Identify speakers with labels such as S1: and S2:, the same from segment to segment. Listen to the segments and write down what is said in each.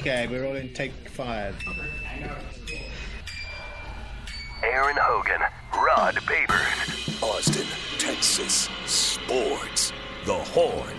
S1: Okay, we're all in take five.
S2: Aaron Hogan, Rod Babers, Austin, Texas, Sports, The Horn.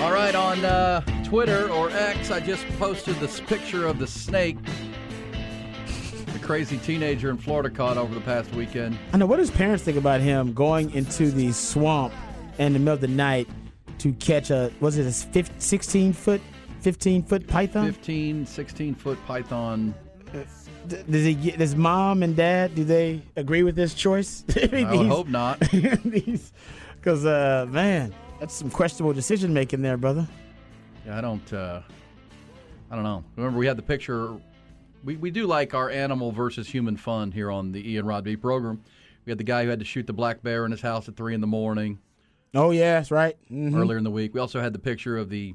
S3: All right, on uh, Twitter or X, I just posted this picture of the snake the crazy teenager in Florida caught over the past weekend.
S4: I know. What does parents think about him going into the swamp in the middle of the night to catch a was it a 15, 16 foot, fifteen foot python?
S3: 15, 16 foot python.
S4: D- Does he get, does mom and dad do they agree with this choice?
S3: I would hope not.
S4: Because uh, man, that's some questionable decision making there, brother.
S3: Yeah, I don't. Uh, I don't know. Remember, we had the picture. We, we do like our animal versus human fun here on the Ian Rod B program. We had the guy who had to shoot the black bear in his house at three in the morning
S4: Oh yeah, that's right. Mhm.
S3: earlier in the week. We also had the picture of the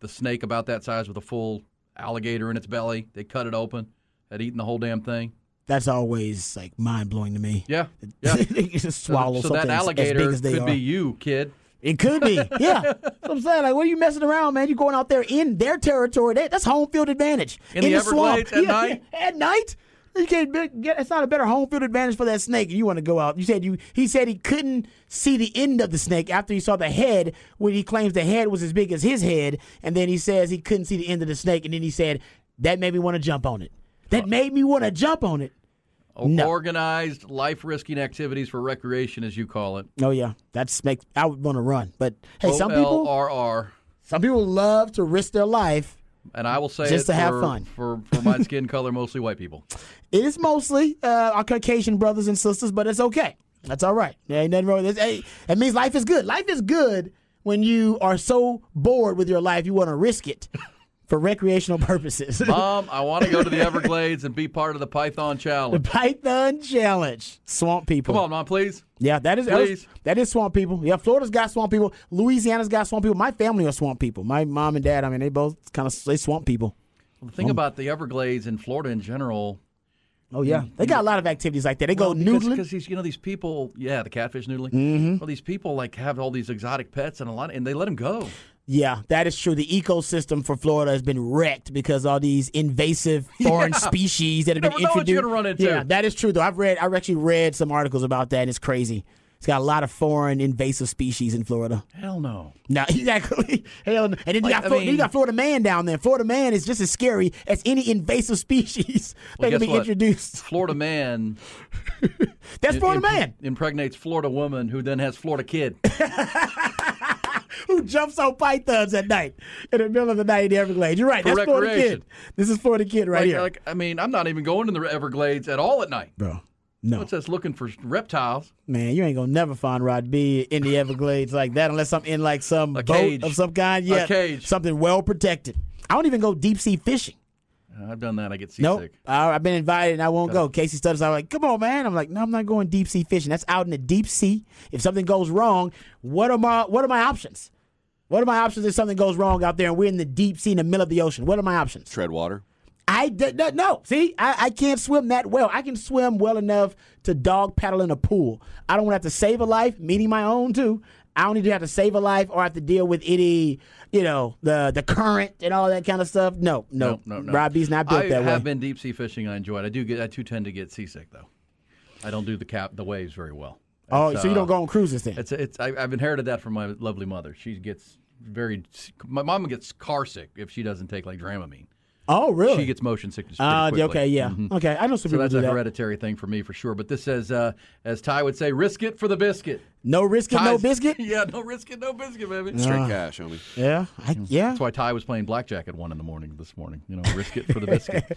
S3: the snake about that size with a full alligator in its belly. They cut it open, had eaten the whole damn thing.
S4: That's always like mind blowing to me.
S3: Yeah, yeah. So
S4: you just swallow
S3: so
S4: something
S3: that
S4: as-
S3: alligator
S4: as big as they
S3: could
S4: are.
S3: be you, kid.
S4: It could be. Yeah. That's what I'm saying. Like, what are you messing around, man? You're going out there in their territory. That, that's home field advantage.
S3: In the
S4: swamp.
S3: Everglades at
S4: Yeah,
S3: night?
S4: yeah. At night? You can't be- get, it's not a better home field advantage for that snake. You want to go out. You said you. He said he couldn't see the end of the snake after he saw the head, when he claims the head was as big as his head, and then he says he couldn't see the end of the snake, and then he said that made me want to jump on it. That made me want to jump on it.
S3: O-
S4: No.
S3: Organized life risking activities for recreation, as you call it.
S4: Oh yeah, that's make. I would want to run, but hey, some people,
S3: OLRR.
S4: some people love to risk their life
S3: And I will say
S4: Just
S3: it
S4: to have
S3: for,
S4: fun.
S3: for for my skin color, mostly white people.
S4: It is mostly uh, our Caucasian brothers and sisters, but it's okay. That's all right. There ain't nothing wrong with this. Hey, it means life is good. Life is good when you are so bored with your life you want to risk it for recreational purposes.
S3: Mom, Um, I want to go to the Everglades and be part of the Python
S4: the
S3: Challenge.
S4: Python Challenge. Swamp people.
S3: Come on, mom, please.
S4: Yeah, that is
S3: Please.
S4: that is swamp people. Yeah, Florida's got swamp people. Louisiana's got swamp people. My family are swamp people. My mom and dad, I mean, they both kind of they swamp people.
S3: The thing about the Everglades in Florida in general,
S4: Oh yeah. They got a lot of activities like that. They go
S3: Mm. because,
S4: noodling. Mm-hmm.
S3: because these you know these people, yeah, the catfish noodling. Well, these people like have all these exotic pets and a lot, and they let them go.
S4: Yeah, that is true. The ecosystem for Florida has been wrecked because all these invasive foreign species that have
S3: You
S4: been
S3: never know
S4: introduced.
S3: what you're gonna run into.
S4: Yeah, that is true. Though I've read, I've actually read some articles about that, and it's crazy. It's got a lot of foreign invasive species in Florida.
S3: Hell no.
S4: Now, exactly. Hell, no. and then you,
S3: Like,
S4: got
S3: I
S4: Flo-
S3: mean-
S4: you got Florida man down there. Florida man is just as scary as any invasive species
S3: Well,
S4: that can
S3: guess
S4: be
S3: what?
S4: introduced.
S3: Florida man,
S4: That's
S3: im-
S4: Florida
S3: im-
S4: man
S3: impregnates Florida woman, who then has Florida kid.
S4: who jumps on pythons at night in the middle of the night in the Everglades. You're right.
S3: For
S4: That's Florida
S3: recreation.
S4: kid. This is Florida kid right
S3: Like,
S4: here,
S3: like, I mean, I'm not even going to the Everglades at all at night.
S4: bro. No.
S3: What's us looking for reptiles?
S4: Man, you ain't gonna never find Rod B in the Everglades like that unless I'm in like some
S3: A
S4: boat
S3: cage.
S4: of some kind. Yeah,
S3: cage.
S4: something well protected. I don't even go deep sea fishing.
S3: I've done that. I get seasick.
S4: Nope. I, I've been invited and I won't go. Casey Studders, I'm like, come on, man. I'm like, no, I'm not going deep sea fishing. That's out in the deep sea. If something goes wrong, what are my what are my options? What are my options if something goes wrong out there and we're in the deep sea in the middle of the ocean? What are my options?
S5: tread water.
S4: I did not no. See, I, I can't swim that well. I can swim well enough to dog paddle in a pool. I don't want to have to save a life, meaning my own too. I don't need to have to save a life or have to deal with any, you know, the the current and all that kind of stuff. No, no,
S3: Nope, no, no.
S4: Robbie's not built
S3: I
S4: that
S3: have
S4: way.
S3: been deep sea fishing. I enjoy it. I do get. I too tend to get seasick though. I don't do the cap the waves very well.
S4: oh,
S3: It's,
S4: so you
S3: uh,
S4: don't go on cruises then?
S3: It's it's. I, I've inherited that from my lovely mother. She gets very. s- My mom gets car sick if she doesn't take like Dramamine.
S4: Oh, really?
S3: She gets motion sickness. pretty
S4: uh,
S3: quickly. Mm-hmm.
S4: okay, yeah, okay. I know
S3: So
S4: some people
S3: that's
S4: do
S3: a
S4: that.
S3: hereditary thing for me for sure. But this says, uh, as Ty would say, risk it for the biscuit.
S4: No risk it, no
S3: Ty's-
S4: biscuit.
S3: yeah, no risk it, no biscuit, baby. Ah.
S5: Straight cash, homie.
S4: Yeah, I,
S3: Mm-hmm.
S4: yeah.
S3: That's why Ty was playing blackjack at one in the morning this morning. You know, risk it for the biscuit.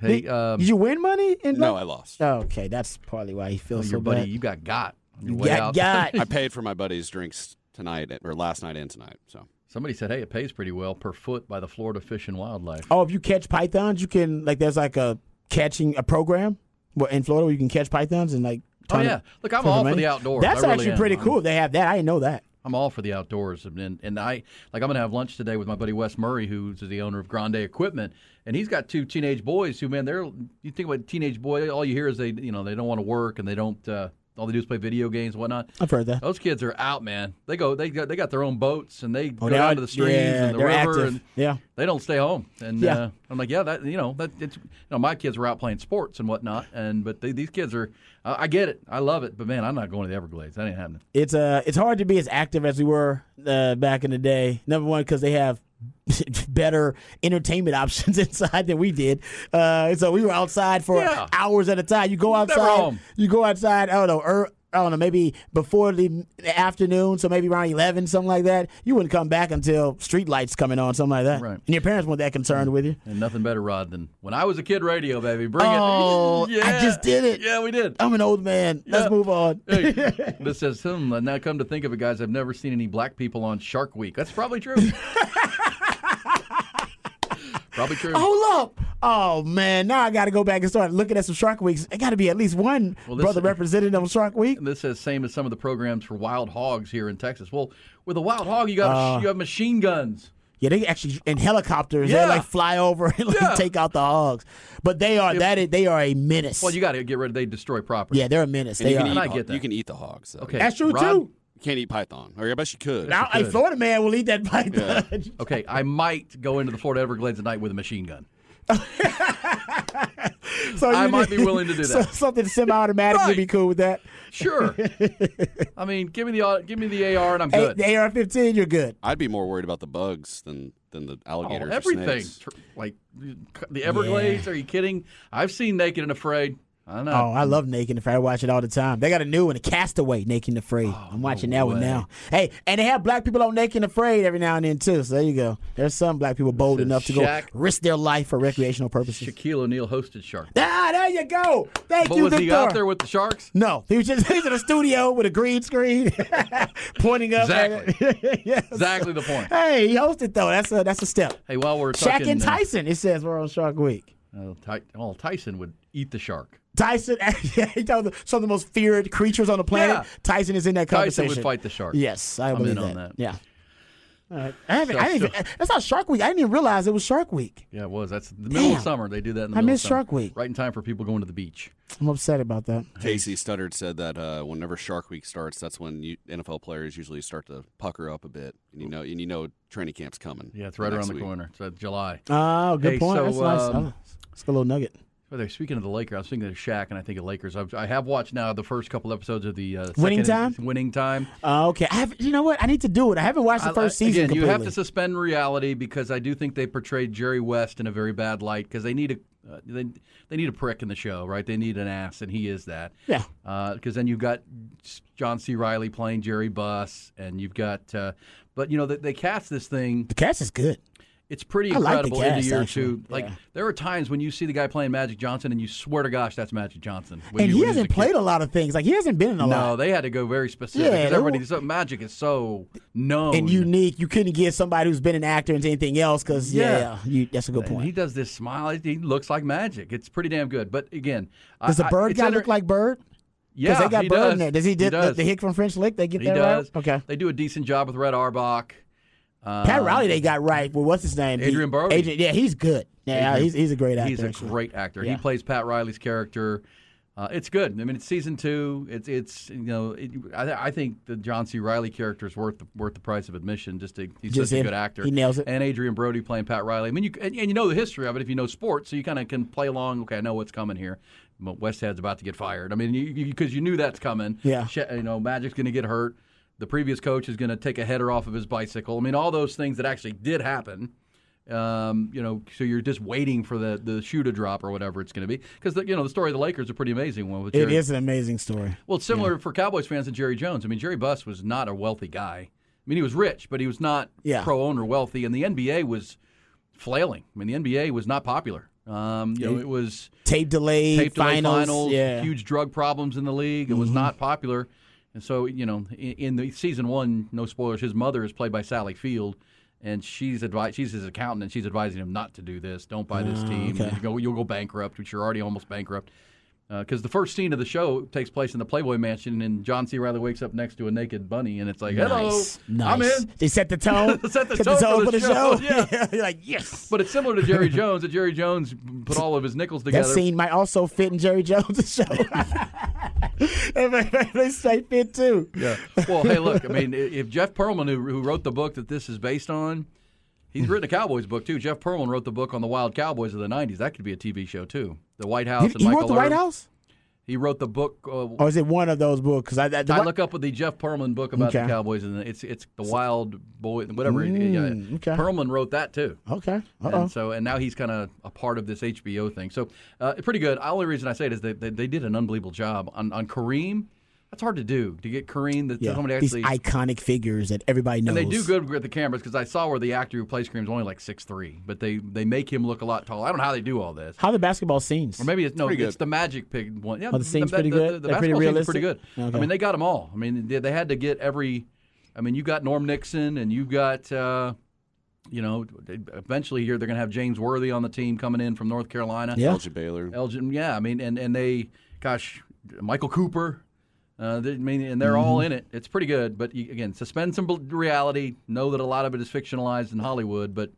S3: hey, um,
S4: Did you win money? In
S5: No, I lost.
S4: Okay, that's probably why he feels so
S3: Oh, your buddy,
S4: bad.
S3: you got got. on your
S4: You
S3: way
S4: got
S3: out.
S4: got.
S5: I paid for my buddy's drinks tonight or last night and tonight. So
S3: Somebody said, "Hey, it pays pretty well per foot by the Florida Fish and Wildlife."
S4: Oh, if you catch pythons, you can like there's like a catching a program where in Florida where you can catch pythons and like.
S3: Oh,
S4: turn
S3: yeah.
S4: it-
S3: Look, I'm
S4: turn
S3: all for
S4: money.
S3: the outdoors.
S4: That's
S3: I really
S4: actually
S3: am.
S4: pretty
S3: I'm-
S4: cool. if They have that. I didn't know that.
S3: I'm all for the outdoors, and and I like I'm gonna have lunch today with my buddy Wes Murray, who's the owner of Grande Equipment, and he's got two teenage boys who, man, they're you think about teenage boy, all you hear is they, you know, they don't want to work and they don't, uh, all they do is play video games and whatnot.
S4: I've heard that.
S3: Those kids are out, man. They go, they got, they got their own boats and they go
S4: they're
S3: down
S4: out-
S3: to the streams
S4: Oh, yeah,
S3: and the
S4: they're
S3: river
S4: active.
S3: and
S4: Yeah.
S3: they don't stay home. And
S4: Yeah.
S3: uh, I'm like, yeah, that you know, that it's you know, my kids were out playing sports and whatnot, and but they, these kids are, I, I get it, I love it, but man, I'm not going to the Everglades. That ain't happening.
S4: It's uh, it's hard to be as active as we were uh, back in the day. Number one, because they have better entertainment options inside than we did. Uh, and so we were outside for
S3: Yeah.
S4: hours at a time. You go
S3: Never
S4: outside.
S3: home.
S4: You go outside. I don't know. Er, I don't know. Maybe before the afternoon, so maybe around eleven, something like that. You wouldn't come back until street lights coming on, something like that.
S3: Right.
S4: And your parents weren't that concerned with you.
S3: And nothing better, Rod, than when I was a kid, radio, baby. Bring
S4: Oh,
S3: it.
S4: I just did it.
S3: Yeah, we did.
S4: I'm an old man.
S3: Yeah.
S4: Let's move on.
S3: Hey, this says, hmm, now come to think of it, guys, I've never seen any black people on Shark Week. That's probably true. probably true.
S4: Hold up. Oh man, now I got to go back and start looking at some Shark Weeks. It got to be at least one
S3: Well, this-
S4: brother represented on Shark Week.
S3: This says same as some of the programs for wild hogs here in Texas. Well, with a wild hog, you
S4: Uh.
S3: got you have machine guns.
S4: Yeah, they actually in helicopters.
S3: Yeah.
S4: They like fly over and like,
S3: Yeah.
S4: take out the hogs. But they are that is, they are a menace.
S3: Well, you got to get rid of. They destroy property.
S4: yeah, they're a menace.
S5: And
S4: They
S5: you
S4: are.
S5: can, eat,
S3: And I
S5: ho-
S3: get that.
S5: you can eat the hogs. so.
S3: Okay.
S4: That's true
S3: Rod-
S4: too.
S5: You can't eat python. Or I bet you could.
S4: Now, a Florida man will eat that python.
S3: Okay, I might go into the Florida Everglades at night with a machine gun.
S4: so
S3: I
S4: you
S3: might
S4: need-
S3: be willing to do
S4: so-
S3: that.
S4: something semi-automatic would be
S3: Right.
S4: cool with that.
S3: Sure. I mean, give me the au- give me the AR and I'm
S4: Hey,
S3: good.
S4: the AR-15, you're good.
S5: I'd be more worried about the bugs than than the
S3: Oh,
S5: alligators. or
S3: everything.
S5: snakes.
S3: Tr- Like the Everglades? Are you kidding? I've seen Naked and Afraid. I know.
S4: Oh, I love Naked and Afraid. I watch it all the time. They got a new one, a Castaway, Naked and Afraid. I'm watching that one
S3: Oh, way.
S4: now. Hey, and they have black people on Naked and Afraid every now and then too. So there you go. There's some black people bold
S3: says
S4: enough to
S3: Shaq-
S4: go risk their life for recreational purposes.
S3: Shaquille O'Neal hosted Shark.
S4: ah, there you go. Thank
S3: But
S4: you,
S3: was
S4: Victor.
S3: he out there with the sharks?
S4: no, he was just he's in a studio with a green screen, pointing up. at it. yes.
S3: Exactly the point.
S4: Hey, he hosted though. That's a that's a step.
S3: Hey, while we're
S4: Shaq
S3: talking,
S4: and
S3: uh,
S4: Tyson. It says we're on Shark Week.
S3: oh, Ty- oh, Tyson would eat the shark.
S4: Tyson, yeah, he's one of the- some of the most feared creatures on the planet.
S3: Yeah.
S4: Tyson is in that
S3: Tyson
S4: conversation.
S3: would fight the shark.
S4: Yes, I
S3: I'm
S4: believe
S3: in on that.
S4: Yeah. All right. I haven't.
S3: So-
S4: I didn't even, that's not Shark Week. I didn't even realize it was Shark Week.
S3: Yeah, it was. That's the middle
S4: Damn.
S3: of summer. They do that in the
S4: I
S3: middle
S4: miss
S3: of summer.
S4: Shark Week.
S3: Right in time for people going to the beach.
S4: I'm upset about that.
S5: Casey Studdard said that uh, whenever Shark Week starts, that's when you, NFL players usually start to pucker up a bit, and you know, and you know, training camp's coming.
S3: Yeah, it's right
S5: next
S3: around the
S5: week.
S3: corner. It's uh, July.
S4: Oh, good
S3: Hey,
S4: point.
S3: so,
S4: that's nice.
S3: um,
S4: Oh, It's a little nugget.
S3: By the way, speaking of the Lakers, I was thinking of Shaq, and I think of Lakers. I've, I have watched now the first couple episodes of the uh,
S4: Winning
S3: second-
S4: Time?
S3: Winning time.
S4: Uh, okay. I have. You know what? I need to do it. I haven't watched the
S3: I- I-
S4: first season
S3: Again,
S4: completely.
S3: you have to suspend reality because I do think they portrayed Jerry West in a very bad light because they need a uh, they, they need a prick in the show, right? They need an ass, and he is that.
S4: Yeah.
S3: Because then you've got John C. Riley playing Jerry Buss, and you've got, uh, but you know they, they cast this thing.
S4: the cast is good.
S3: It's pretty
S4: I like the
S3: incredible
S4: cast,
S3: into year
S4: actually.
S3: two. Like
S4: Yeah.
S3: there are times when you see the guy playing Magic Johnson, and you swear to gosh that's Magic Johnson. When
S4: and
S3: you-
S4: he
S3: when was
S4: hasn't
S3: a kid.
S4: played a lot of things. Like he hasn't been in
S3: No,
S4: a lot.
S3: they had to go very specific.
S4: Yeah,
S3: 'cause
S4: they
S3: everybody,
S4: won't-
S3: so, magic is so known.
S4: And unique. You couldn't get somebody who's been an actor into anything else because yeah,
S3: Yeah.
S4: you, that's a good
S3: And he
S4: point.
S3: does this smile. He- He looks like magic. It's pretty damn good. But again,
S4: Does the bird guy look like Bird?
S3: Yeah,
S4: they got
S3: he
S4: Bird
S3: does.
S4: in there. Does he, did
S3: does.
S4: The, the hick from French Lick? They get
S3: He
S4: that right?
S3: does.
S4: Okay.
S3: They do a decent job with Red Arbach. Um,
S4: Pat Riley, they got right. Well, what's his name? The-
S3: Adrian Brody.
S4: Adrian, yeah, he's good. Yeah,
S3: Adrian-
S4: he's, he's a great actor.
S3: He's a
S4: actually.
S3: great actor.
S4: Yeah.
S3: He plays Pat Riley's character. Uh, it's good. I mean, it's season two. It's it's you know, it, I, I think the John C. Riley character is worth the, worth the price of admission. Just to, he's
S4: Just
S3: such
S4: him.
S3: a good actor.
S4: He nails it.
S3: And Adrian Brody playing Pat Riley. I mean, you and, and you know the history of it if you know sports, so you kind of can play along. Okay, I know what's coming here. But Westhead's about to get fired. I mean, because you, because you knew that's coming.
S4: Yeah.
S3: Sh- you know, Magic's going to get hurt. The previous coach is going to take a header off of his bicycle. I mean, all those things that actually did happen. Um, you know, so you're just waiting for the the shoe to drop or whatever it's going to be because you know the story of the Lakers is a pretty amazing one. With
S4: It
S3: Jerry.
S4: is an amazing story.
S3: Well, it's similar for Cowboys fans to Jerry Jones. I mean, Jerry Buss was not a wealthy guy. I mean, he was rich, but he was not
S4: Yeah.
S3: pro owner wealthy, and the NBA was flailing. I mean, the NBA was not popular. Um, you know, it was
S4: Tape delay,
S3: tape delay
S4: finals,
S3: finals,
S4: yeah. Mm-hmm.
S3: huge drug problems in the league. It was not popular, and so you know, in, in the season one, no spoilers. His mother is played by Sally Field, and she's advi- she's his accountant, and she's advising him not to do this. Don't buy this team.
S4: Ah, okay.
S3: You go, you'll go bankrupt, which you're already almost bankrupt. Because the first scene of the show takes place in the Playboy Mansion, and John C. Riley wakes up next to a naked bunny, and it's like, hello,
S4: nice.
S3: I'm
S4: Nice.
S3: in.
S4: They set the tone.
S3: Set the tone for the show, yeah.
S4: You're like, yes.
S3: But it's similar to Jerry Jones. That Jerry Jones put all of his nickels
S4: that
S3: together.
S4: scene might also fit in Jerry Jones' show. they say fit too.
S3: Yeah. Well, hey, look. I mean, i- if Jeff Perlman, who, who wrote the book that this is based on, he's written a Cowboys book too. Jeff Perlman wrote the book on the Wild Cowboys of the '90s. That could be a TV show too. The White House.
S4: Did-
S3: and
S4: he
S3: Michael
S4: wrote the White
S3: Irvin.
S4: House,
S3: He wrote the book. Uh,
S4: or is it one of those books? Because I, that- the
S3: I
S4: White-
S3: look up with the Jeff Perlman book about the
S4: Okay.
S3: Cowboys, and it's it's the Wild Boy, whatever. it- yeah.
S4: Mm, okay.
S3: Perlman wrote that too.
S4: okay. Uh oh.
S3: And so, and now he's kind of a part of this HBO thing. So, uh, pretty good. The only reason I say it is that they, they did an unbelievable job on, on Kareem. That's hard to do to get Kareem. That
S4: Yeah.
S3: somebody
S4: These
S3: actually
S4: iconic figures that everybody knows.
S3: and they do good with the cameras because I saw where the actor who plays Kareem is only like six three, but they they make him look a lot taller. I don't know how they do all this.
S4: How the basketball scenes?
S3: Or maybe it's no,
S5: Pretty
S3: it's
S5: good.
S3: the magic pig one. Yeah,
S4: Oh, the scene's pretty
S3: the,
S4: good?
S3: The, the
S4: They're pretty
S3: basketball scene's pretty good.
S4: realistic? Okay.
S3: I mean, they got them all. I mean, they, they had to get every. I mean, you got Norm Nixon, and you got, uh, you know, eventually here they're going to have James Worthy on the team coming in from North Carolina.
S4: Yeah.
S5: LJ Baylor.
S3: Elgin, yeah. I mean, and and they, gosh, Michael Cooper. Uh, they, I mean, and they're all
S4: Mm-hmm.
S3: in it. It's pretty good, but you, again, suspend some bel- reality. Know that a lot of it is fictionalized in Hollywood, but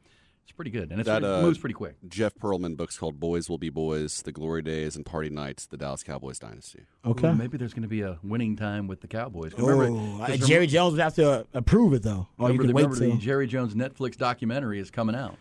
S3: it's pretty good, and it's,
S5: That,
S3: it
S5: uh,
S3: moves pretty quick.
S5: Jeff Perlman books called Boys Will Be Boys, The Glory Days, and Party Nights, The Dallas Cowboys Dynasty.
S4: Okay.
S3: Ooh, maybe there's going to be a winning time with the Cowboys.
S4: Oh,
S3: just
S4: uh, Jerry Jones would have to uh, approve it though, or you
S3: remember,
S4: could
S3: remember
S4: wait
S3: the
S4: till.
S3: Jerry Jones Netflix documentary is coming out.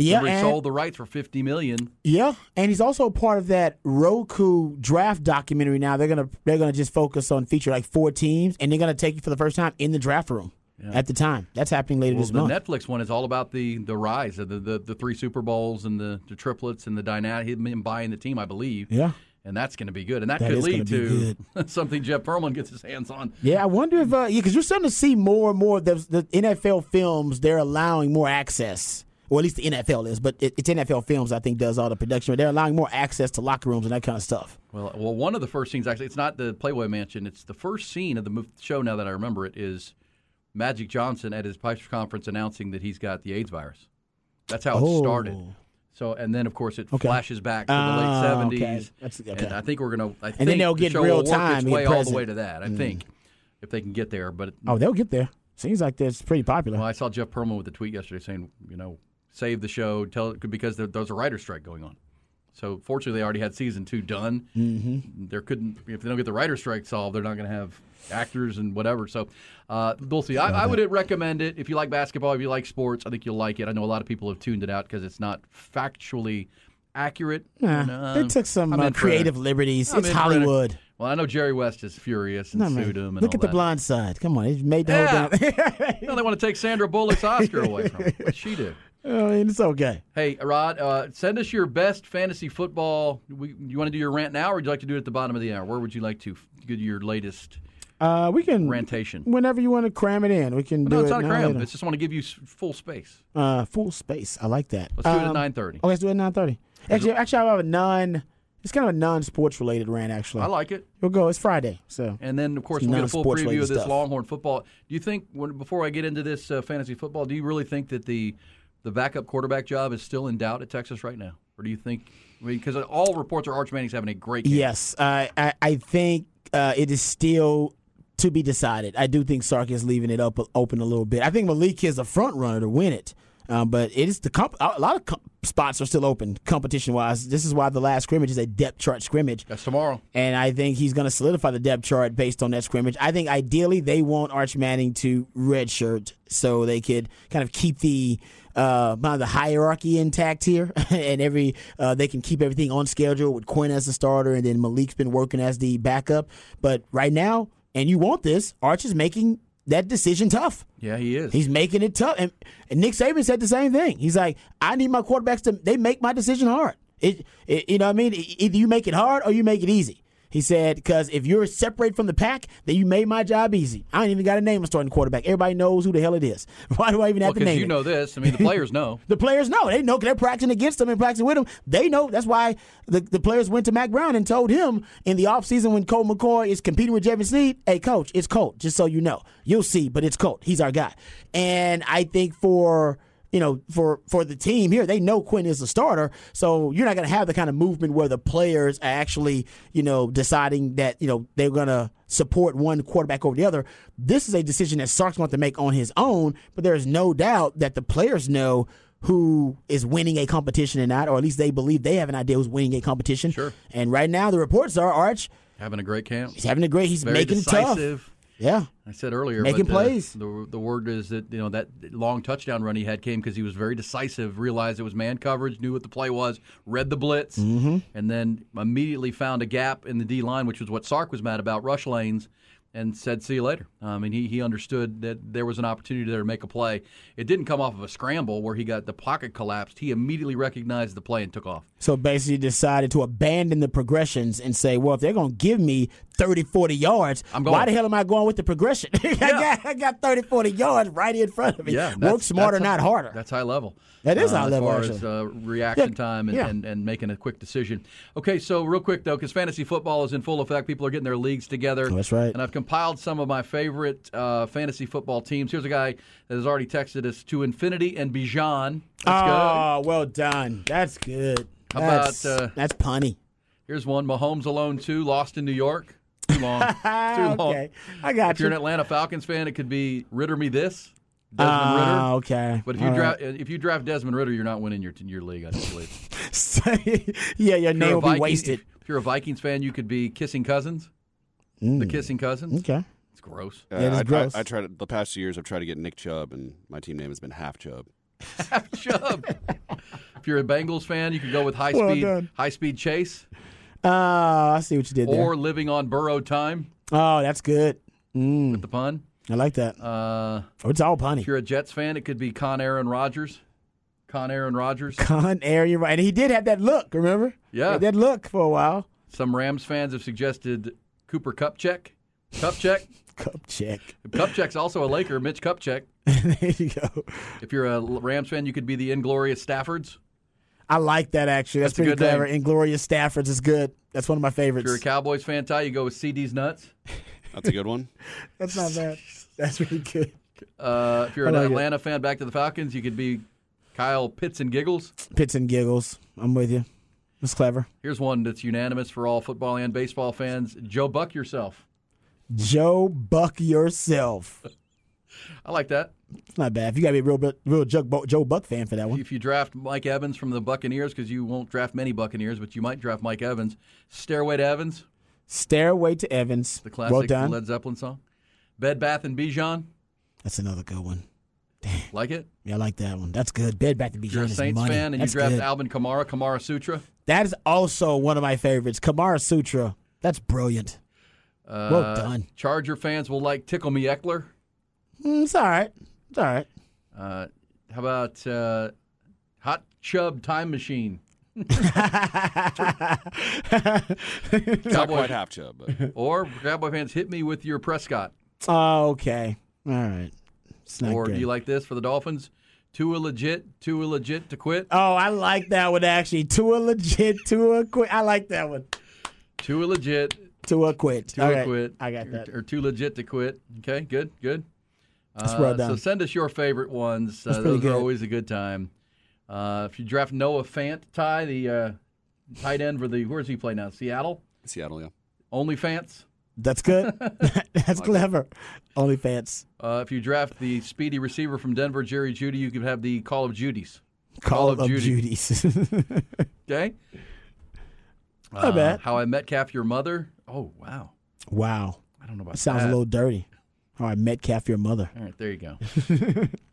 S4: Yeah,
S3: Remember he
S4: and,
S3: sold the rights for fifty million.
S4: yeah, and he's also part of that Roku draft documentary. Now they're gonna they're gonna just focus on feature like four teams, and they're gonna take you for the first time in the draft room at the time. That's happening later
S3: Well,
S4: this
S3: the
S4: month.
S3: Netflix one is all about the the rise of the, the, the three Super Bowls and the, the triplets and the dynamic him buying the team, I believe.
S4: Yeah.
S3: and that's going to be good, and that,
S4: That
S3: could
S4: is
S3: lead
S4: gonna be
S3: to something Jeff Perlman gets his hands on.
S4: Yeah, I wonder if uh, yeah, because you're starting to see more and more of the, the NFL films. They're allowing more access, or at least the NFL is, but it, it's NFL Films I think does all the production. But they're allowing more access to locker rooms and that kind of stuff.
S3: Well, well, one of the first scenes actually, it's not the Playboy Mansion. It's the first scene of the mov- show. Now that I remember it, is Magic Johnson at his Pipes conference announcing that he's got the AIDS virus. That's how it
S4: Oh.
S3: started. So, and then of course it
S4: Okay.
S3: flashes back to the
S4: Ah,
S3: late seventies.
S4: okay. That's- okay.
S3: And I think we're gonna. I and
S4: then
S3: think
S4: they'll
S3: the
S4: get
S3: show
S4: real
S3: will work
S4: time
S3: its
S4: in
S3: way all the way
S4: present. Mm.
S3: to that. I think if they can get there, but
S4: Oh, they'll get there. Seems like that's pretty popular.
S3: well, I saw Jeff Perlman with a tweet yesterday saying, you know, save the show, tell because there, there's a writer's strike going on. So fortunately, they already had season two done. Mm-hmm. There couldn't if they don't get the writer's strike solved, they're not going to have actors and whatever. So uh, we'll see. I, I would recommend it if you like basketball, if you like sports. I think you'll like it. I know a lot of people have tuned it out because it's not factually accurate.
S4: Nah,
S3: And, uh,
S4: they took some
S3: I'm
S4: uh,
S3: in for it.
S4: creative liberties.
S3: I'm
S4: it's
S3: in for it.
S4: Hollywood.
S3: Well, I know Jerry West is furious and
S4: Nah, man.
S3: sued him. And
S4: Look
S3: all
S4: at the
S3: that.
S4: blind side. Come on, it made the
S3: Yeah.
S4: whole damn.
S3: No, they want to take Sandra Bullock's Oscar away from her. What'd she do?
S4: I mean, it's okay.
S3: Hey, Rod, uh, send us your best fantasy football. We, you want to do your rant now, or would you like to do it at the bottom of the hour? Where would you like to f- get your latest
S4: Uh, we can
S3: rantation?
S4: whenever you want to cram it in. We can do
S3: No, it's
S4: it
S3: not a
S4: now
S3: cram.
S4: later.
S3: It's just want to give you s- full space.
S4: Uh, full space. I like that.
S3: Let's do it at
S4: Um,
S3: 9:30.
S4: Oh, let's do it at nine thirty. Actually, actually, I have a non. It's kind of a non-sports related rant. Actually,
S3: I like it.
S4: We'll go. It's Friday, so
S3: And then, of course,
S4: Some
S3: we'll get a full preview
S4: non-sports-related
S3: of this
S4: stuff.
S3: Longhorn football. Do you think, when, before I get into this uh, fantasy football, do you really think that the the backup quarterback job is still in doubt at Texas right now, or do you think? I mean, because all reports are Arch Manning's having a great game.
S4: yes, I I, I think uh, it is still to be decided. I do think Sark is leaving it up open a little bit. I think Malik is a front runner to win it, um, but it is the comp- a lot of com- spots are still open competition wise. This is why the last scrimmage is a depth chart scrimmage.
S3: That's tomorrow.
S4: And I think he's going to solidify the depth chart based on that scrimmage. I think ideally they want Arch Manning to redshirt so they could kind of keep the uh, kind of the hierarchy intact here, and every uh, they can keep everything on schedule with Quinn as the starter, and then Malik's been working as the backup. But right now, and you want this, Arch is making that decision tough.
S3: Yeah, he is.
S4: He's making it tough. And, and Nick Saban said the same thing. He's like, I need my quarterbacks to they make my decision hard. It, it you know what I mean? E- Either you make it hard or you make it easy. He said, because if you're separate from the pack, then you made my job easy. I ain't even got to name a starting quarterback. Everybody knows who the hell it is. Why do I even have to
S3: because
S4: name
S3: you
S4: it?
S3: know this. I mean, the players know.
S4: The players know. They know 'cause they're practicing against them and practicing with them. They know. That's why the, the players went to Mac Brown and told him in the offseason when Cole McCoy is competing with Jevin Sneed, hey, coach, it's Colt, just so you know. You'll see, but it's Colt. He's our guy. And I think for you know, for for the team here, they know Quinn is the starter, so you're not going to have the kind of movement where the players are actually, you know, deciding that you know they're going to support one quarterback over the other. This is a decision that Sark's going to make on his own, but there is no doubt that the players know who is winning a competition and not, or at least they believe they have an idea who's winning a competition.
S3: Sure.
S4: And right now, the reports are Arch.
S3: Having a great camp.
S4: He's having a great. He's
S3: Very
S4: making tough.
S3: decisive.
S4: Yeah.
S3: I said earlier,
S4: Making
S3: but, uh,
S4: plays.
S3: The, the word is that you know that long touchdown run he had came because he was very decisive, realized it was man coverage, knew what the play was, read the blitz,
S4: Mm-hmm.
S3: and then immediately found a gap in the D line, which was what Sark was mad about, rush lanes, and said, "See you later." I mean, he he understood that there was an opportunity there to make a play. It didn't come off of a scramble where he got the pocket collapsed. He immediately recognized the play and took off.
S4: So basically decided to abandon the progressions and say, well, if they're going to give me 30, 40 yards,
S3: I'm
S4: why
S3: going.
S4: the hell am I going with the progression? I, got, I got 30, 40 yards right in front of me. Work
S3: that's-
S4: smarter,
S3: that's
S4: not
S3: high-
S4: harder.
S3: That's high level.
S4: That is high
S3: as
S4: level,
S3: far
S4: actually.
S3: as uh, reaction
S4: Yeah,
S3: time and,
S4: yeah.
S3: and, and making a quick decision. Okay, so real quick though, because fantasy football is in full effect, people are getting their leagues together.
S4: That's right.
S3: And I've compiled some of my favorite uh, fantasy football teams. Here's a guy that has already texted us to infinity and Bijan. That's good.
S4: oh, well done. That's good.
S3: How
S4: that's,
S3: about, uh,
S4: that's punny.
S3: Here's one. Mahomes alone too. Lost in New York. Too long. Too
S4: Ah,
S3: long.
S4: okay. I got
S3: If you're an
S4: you.
S3: Atlanta Falcons fan, it could be Ritter me this. Desmond Ritter.
S4: Ah, okay.
S3: But if you
S4: All
S3: draft if you draft Desmond Ritter, you're not winning your your league. I don't believe.
S4: right. yeah, your
S3: If
S4: name
S3: you're a
S4: will be
S3: Viking-
S4: wasted.
S3: If, if you're a Vikings fan, you could be kissing cousins. The
S4: Mm.
S3: kissing cousins.
S4: Okay.
S3: It's gross.
S5: Uh,
S4: it is
S5: I,
S4: gross.
S5: I, I tried the past few years. I've tried to get Nick Chubb, and my team name has been Half Chubb.
S3: Chubb. if you're a Bengals fan, you could go with high
S4: Well
S3: speed
S4: done.
S3: high speed chase
S4: Ah, I see what you did there.
S3: or living on borrowed time.
S4: oh, that's good.
S3: With the pun.
S4: I like that.
S3: Uh,
S4: Oh, it's all
S3: if
S4: punny.
S3: you're a Jets fan, it could be Con Aaron Rodgers. Con Aaron Rodgers.
S4: Con Air, you're right. And he did have that look, remember?
S3: Yeah.
S4: He had that look for a while.
S3: Some Rams fans have suggested Cooper Kupchak. Kupchak.
S4: Cup check.
S3: Kupchak's also a Laker. Mitch Kupchak.
S4: there you go.
S3: If you're a Rams fan, you could be the inglorious Staffords.
S4: I like that actually. That's,
S3: That's a
S4: pretty
S3: good name.
S4: clever. Inglorious Stafford's is good. That's one of my
S3: If you're a
S4: favorites.
S3: Cowboys fan, Ty, you go with CD's nuts.
S5: That's a good one.
S4: That's not bad. That's really good.
S3: Uh, if you're an
S4: like it.
S3: Atlanta fan, back to the Falcons, you could be Kyle Pitts and Giggles.
S4: Pits and giggles. I'm with you. That's clever.
S3: Here's one that's unanimous for all football and baseball fans: Joe Buck yourself.
S4: Joe Buck yourself.
S3: I like that.
S4: It's not bad. If you gotta be a real, bu- real Joe Bu- Joe Buck fan for that one.
S3: If you draft Mike Evans from the Buccaneers, because you won't draft many Buccaneers, but you might draft Mike Evans. Stairway to Evans,
S4: Stairway to Evans.
S3: the
S4: well
S3: classic
S4: done.
S3: Led Zeppelin song. Bed Bath and Bijan,
S4: That's another good one.
S3: like it.
S4: Yeah, I like that one. That's good. Bed back to be
S3: If you're a Saints
S4: money.
S3: fan and
S4: That's
S3: you draft
S4: good.
S3: Alvin Kamara, Kamara Sutra.
S4: That is also one of my favorites. Kamara Sutra. That's brilliant.
S3: Uh,
S4: Well done.
S3: Charger fans will like Tickle Me Eckler.
S4: Mm, it's all right. It's all right.
S3: Uh, how about uh, Hot Chub Time Machine?
S5: Not
S3: Cowboys.
S5: quite Half Chubb, but
S3: Or Cowboy fans, hit me with your Prescott.
S4: Oh, okay. All right. It's not
S3: Or
S4: good.
S3: do you like this for the Dolphins? Too illegit, too illegit to quit.
S4: oh, I like that one actually. Tua legit, Tua quit. I like that one.
S3: Too illegit,
S4: Tua quit.
S3: too
S4: All right.
S3: quit.
S4: I got
S3: or-
S4: that.
S3: Or, too legit to quit. Okay, good, good.
S4: That's well
S3: Uh, So
S4: done.
S3: send us your favorite ones. Uh,
S4: pretty
S3: those
S4: good.
S3: are always a good time. Uh, if you draft Noah Fant, Ty, the uh, tight end for the, where does he play now? Seattle?
S5: Seattle, yeah.
S3: Only Fants?
S4: That's good. That's clever. OnlyFans.
S3: Uh, if you draft the speedy receiver from Denver, Jerry Judy, you could have the Call of Judies.
S4: Call,
S3: of
S4: of,
S3: Duty.
S4: Duties.
S3: Okay? Uh,
S4: Not bad.
S3: How I Metcalf Your Mother. Oh, wow.
S4: Wow.
S3: I don't know about
S4: That sounds a
S3: that.
S4: little dirty. All right, Metcalf, your mother.
S3: All right, there you go.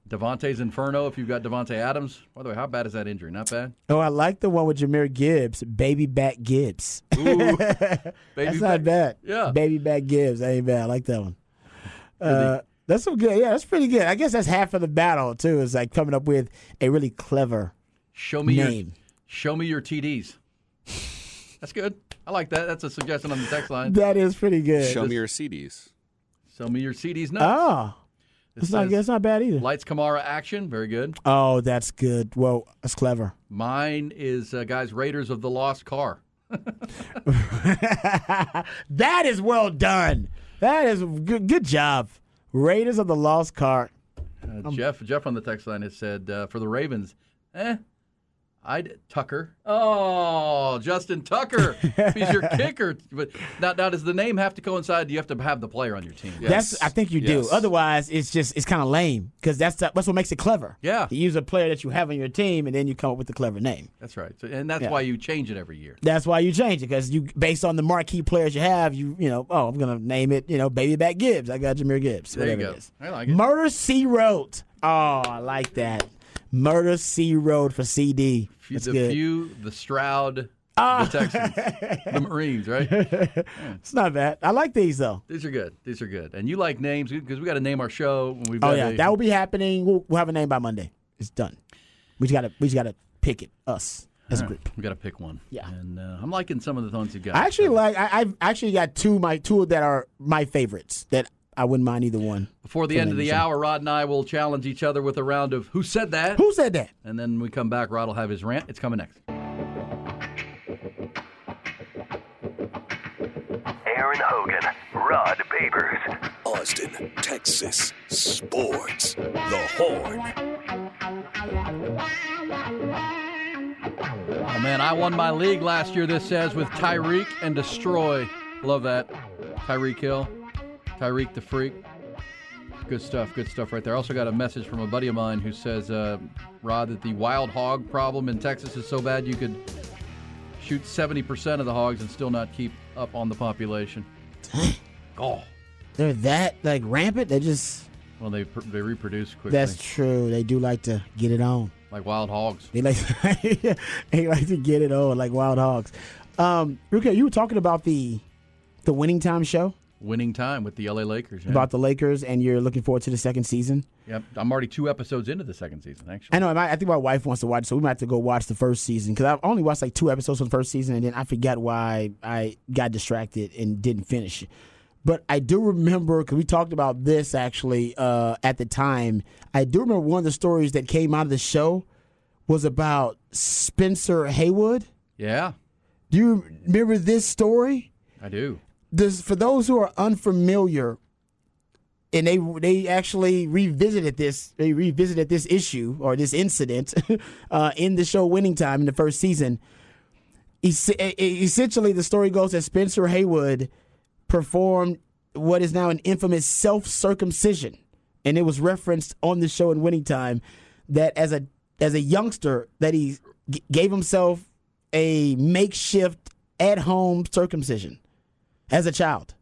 S3: Devontae's Inferno, if you've got Devontae Adams. By the way, how bad is that injury? Not bad.
S4: Oh, I like the one with Jameer Gibbs, baby back Gibbs.
S3: Ooh, baby
S4: that's
S3: back.
S4: not bad.
S3: Yeah.
S4: baby back Gibbs, that ain't bad. I like that one. Uh, that's some good. Yeah, that's pretty good. I guess that's half of the battle too. Is like coming up with a really clever
S3: Show me your
S4: name.
S3: show me your TDs. That's good. I like that. That's a suggestion on the text line.
S4: That is pretty good.
S5: Show me your CDs.
S3: Show me your CDs. No,
S4: Oh, that's not that's not bad either.
S3: Lights Kamara action. Very good.
S4: Oh, that's good. Well, that's clever.
S3: Mine is uh, guys Raiders of the Lost Car.
S4: That is well done. That is good. Good job, Raiders of the Lost Cart.
S3: Uh, Jeff Jeff on the text line has said uh, for the Ravens, eh, I'd Tucker. Oh, Justin Tucker, he's your kicker. But now, now does the name have to coincide? Do you have to have the player on your team?
S4: That's I think you do.
S5: Yes.
S4: Otherwise, it's just it's kind of lame because that's the, that's what makes it clever.
S3: Yeah.
S4: you use a player that you have on your team, and then you come up with a clever name.
S3: That's right. So, and that's
S4: Yeah.
S3: why you change it every year.
S4: That's why you change it because you based on the marquee players you have, you you know oh I'm gonna name it you know Baby Back Gibbs. I got Jameer Gibbs.
S3: There you
S4: whatever
S3: go.
S4: It is.
S3: I like it.
S4: Murder C Road. Oh, I like that. Murder C Road for CD.
S3: Few-
S4: That's
S3: the
S4: good. Ah.
S3: few, the Stroud, the Texans, the Marines, right?
S4: It's not bad. I like these though.
S3: These are good. These are good. And you like names because we got to name our show. When we've
S4: Oh
S3: got
S4: yeah,
S3: a-
S4: that will be happening. We'll, we'll have a name by Monday. It's done. We just gotta we just gotta pick it us as a group.
S3: we got to pick one.
S4: Yeah.
S3: And uh, I'm liking some of the ones you got.
S4: I actually like. I, I've actually got two my two that are my favorites that I wouldn't mind either one.
S3: Before the end of the hour, Rod and I will challenge each other with a round of Who Said That?
S4: Who said that?
S3: And then we come back, Rod will have his rant. It's coming next.
S2: Aaron Hogan, Rod Babers. Austin, Texas, sports. The Horn.
S3: Oh, man, I won my league last year, this says, with Tyreek and Destroy. Love that. Tyreek Hill, Tyreek the Freak. Good stuff, good stuff right there. Also got a message from a buddy of mine who says, uh, Rod, that the wild hog problem in Texas is so bad you could shoot 70% of the hogs and still not keep up on the population. oh,
S4: They're that like rampant. They just
S3: well, they, they reproduce quickly.
S4: that's true. They do like to get it on.
S3: like wild hogs.
S4: They like they like to get it on like wild hogs. Um, Ruka, you were talking about the the winning time show
S3: Winning time with the LA Lakers. yeah.
S4: about the Lakers, and you're looking forward to the second season.
S3: Yep, I'm already two episodes into the second season, actually.
S4: I know. I I think my wife wants to watch, so we might have to go watch the first season because I've only watched like two episodes from the first season, and then I forgot why I got distracted and didn't finish. But I do remember because we talked about this actually uh, at the time. I do remember one of the stories that came out of the show was about Spencer Haywood.
S3: Yeah,
S4: Do you remember this story?
S3: I do.
S4: This for those who are unfamiliar, and they they actually revisited this. They revisited this issue or this incident uh, in the show Winning Time in the first season. Es- e- e- essentially, the story goes that Spencer Haywood performed what is now an infamous self circumcision, and it was referenced on the show in Winning Time that as a as a youngster that he g- gave himself a makeshift at home circumcision as a child.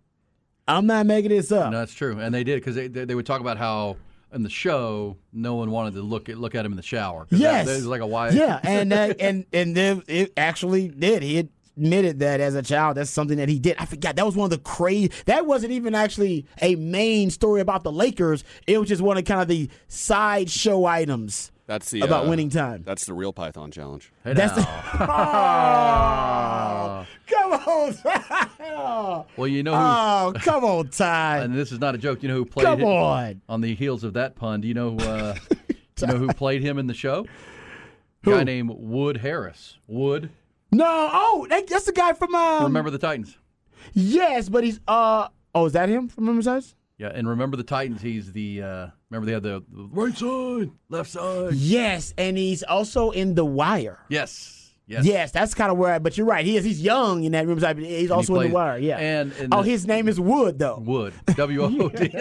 S4: I'm not making this up.
S3: No, that's true, and they did because they, they they would talk about how in the show no one wanted to look at look at him in the shower. 'Cause
S4: Yes,
S3: that, that was like a wild.
S4: Yeah, and uh, and and then it actually did. He admitted that as a child, that's something that he did. I forgot that was one of the crazy. That wasn't even actually a main story about the Lakers. It was just one of kind of the sideshow items.
S5: That's the
S4: About
S5: uh,
S4: winning time.
S5: That's the real Python challenge.
S3: Hey,
S4: That's the,
S3: now.
S4: oh, come on, Ty.
S3: well, you know, who,
S4: oh, come on, Ty.
S3: and this is not a joke. You know who played
S4: Come
S3: him-
S4: on,
S3: on the heels of that pun? Do you know uh, you know who played him in the show?
S4: Who?
S3: Guy named Wood Harris. Wood,
S4: no. Oh, that, that's the guy from um.
S3: remember the Titans?
S4: Yes, but he's uh. Oh, is that him from Remember Size?
S3: Yeah, and remember the Titans. He's the uh, remember they had the, the right side, left side.
S4: Yes, and he's also in The Wire.
S3: Yes, yes,
S4: Yes, that's kind of where. I, but you're right. He is. He's young in that room. He's also in
S3: plays-
S4: the wire. Yeah.
S3: and- and
S4: oh,
S3: the-
S4: his name is Wood though.
S3: Wood. W O O D.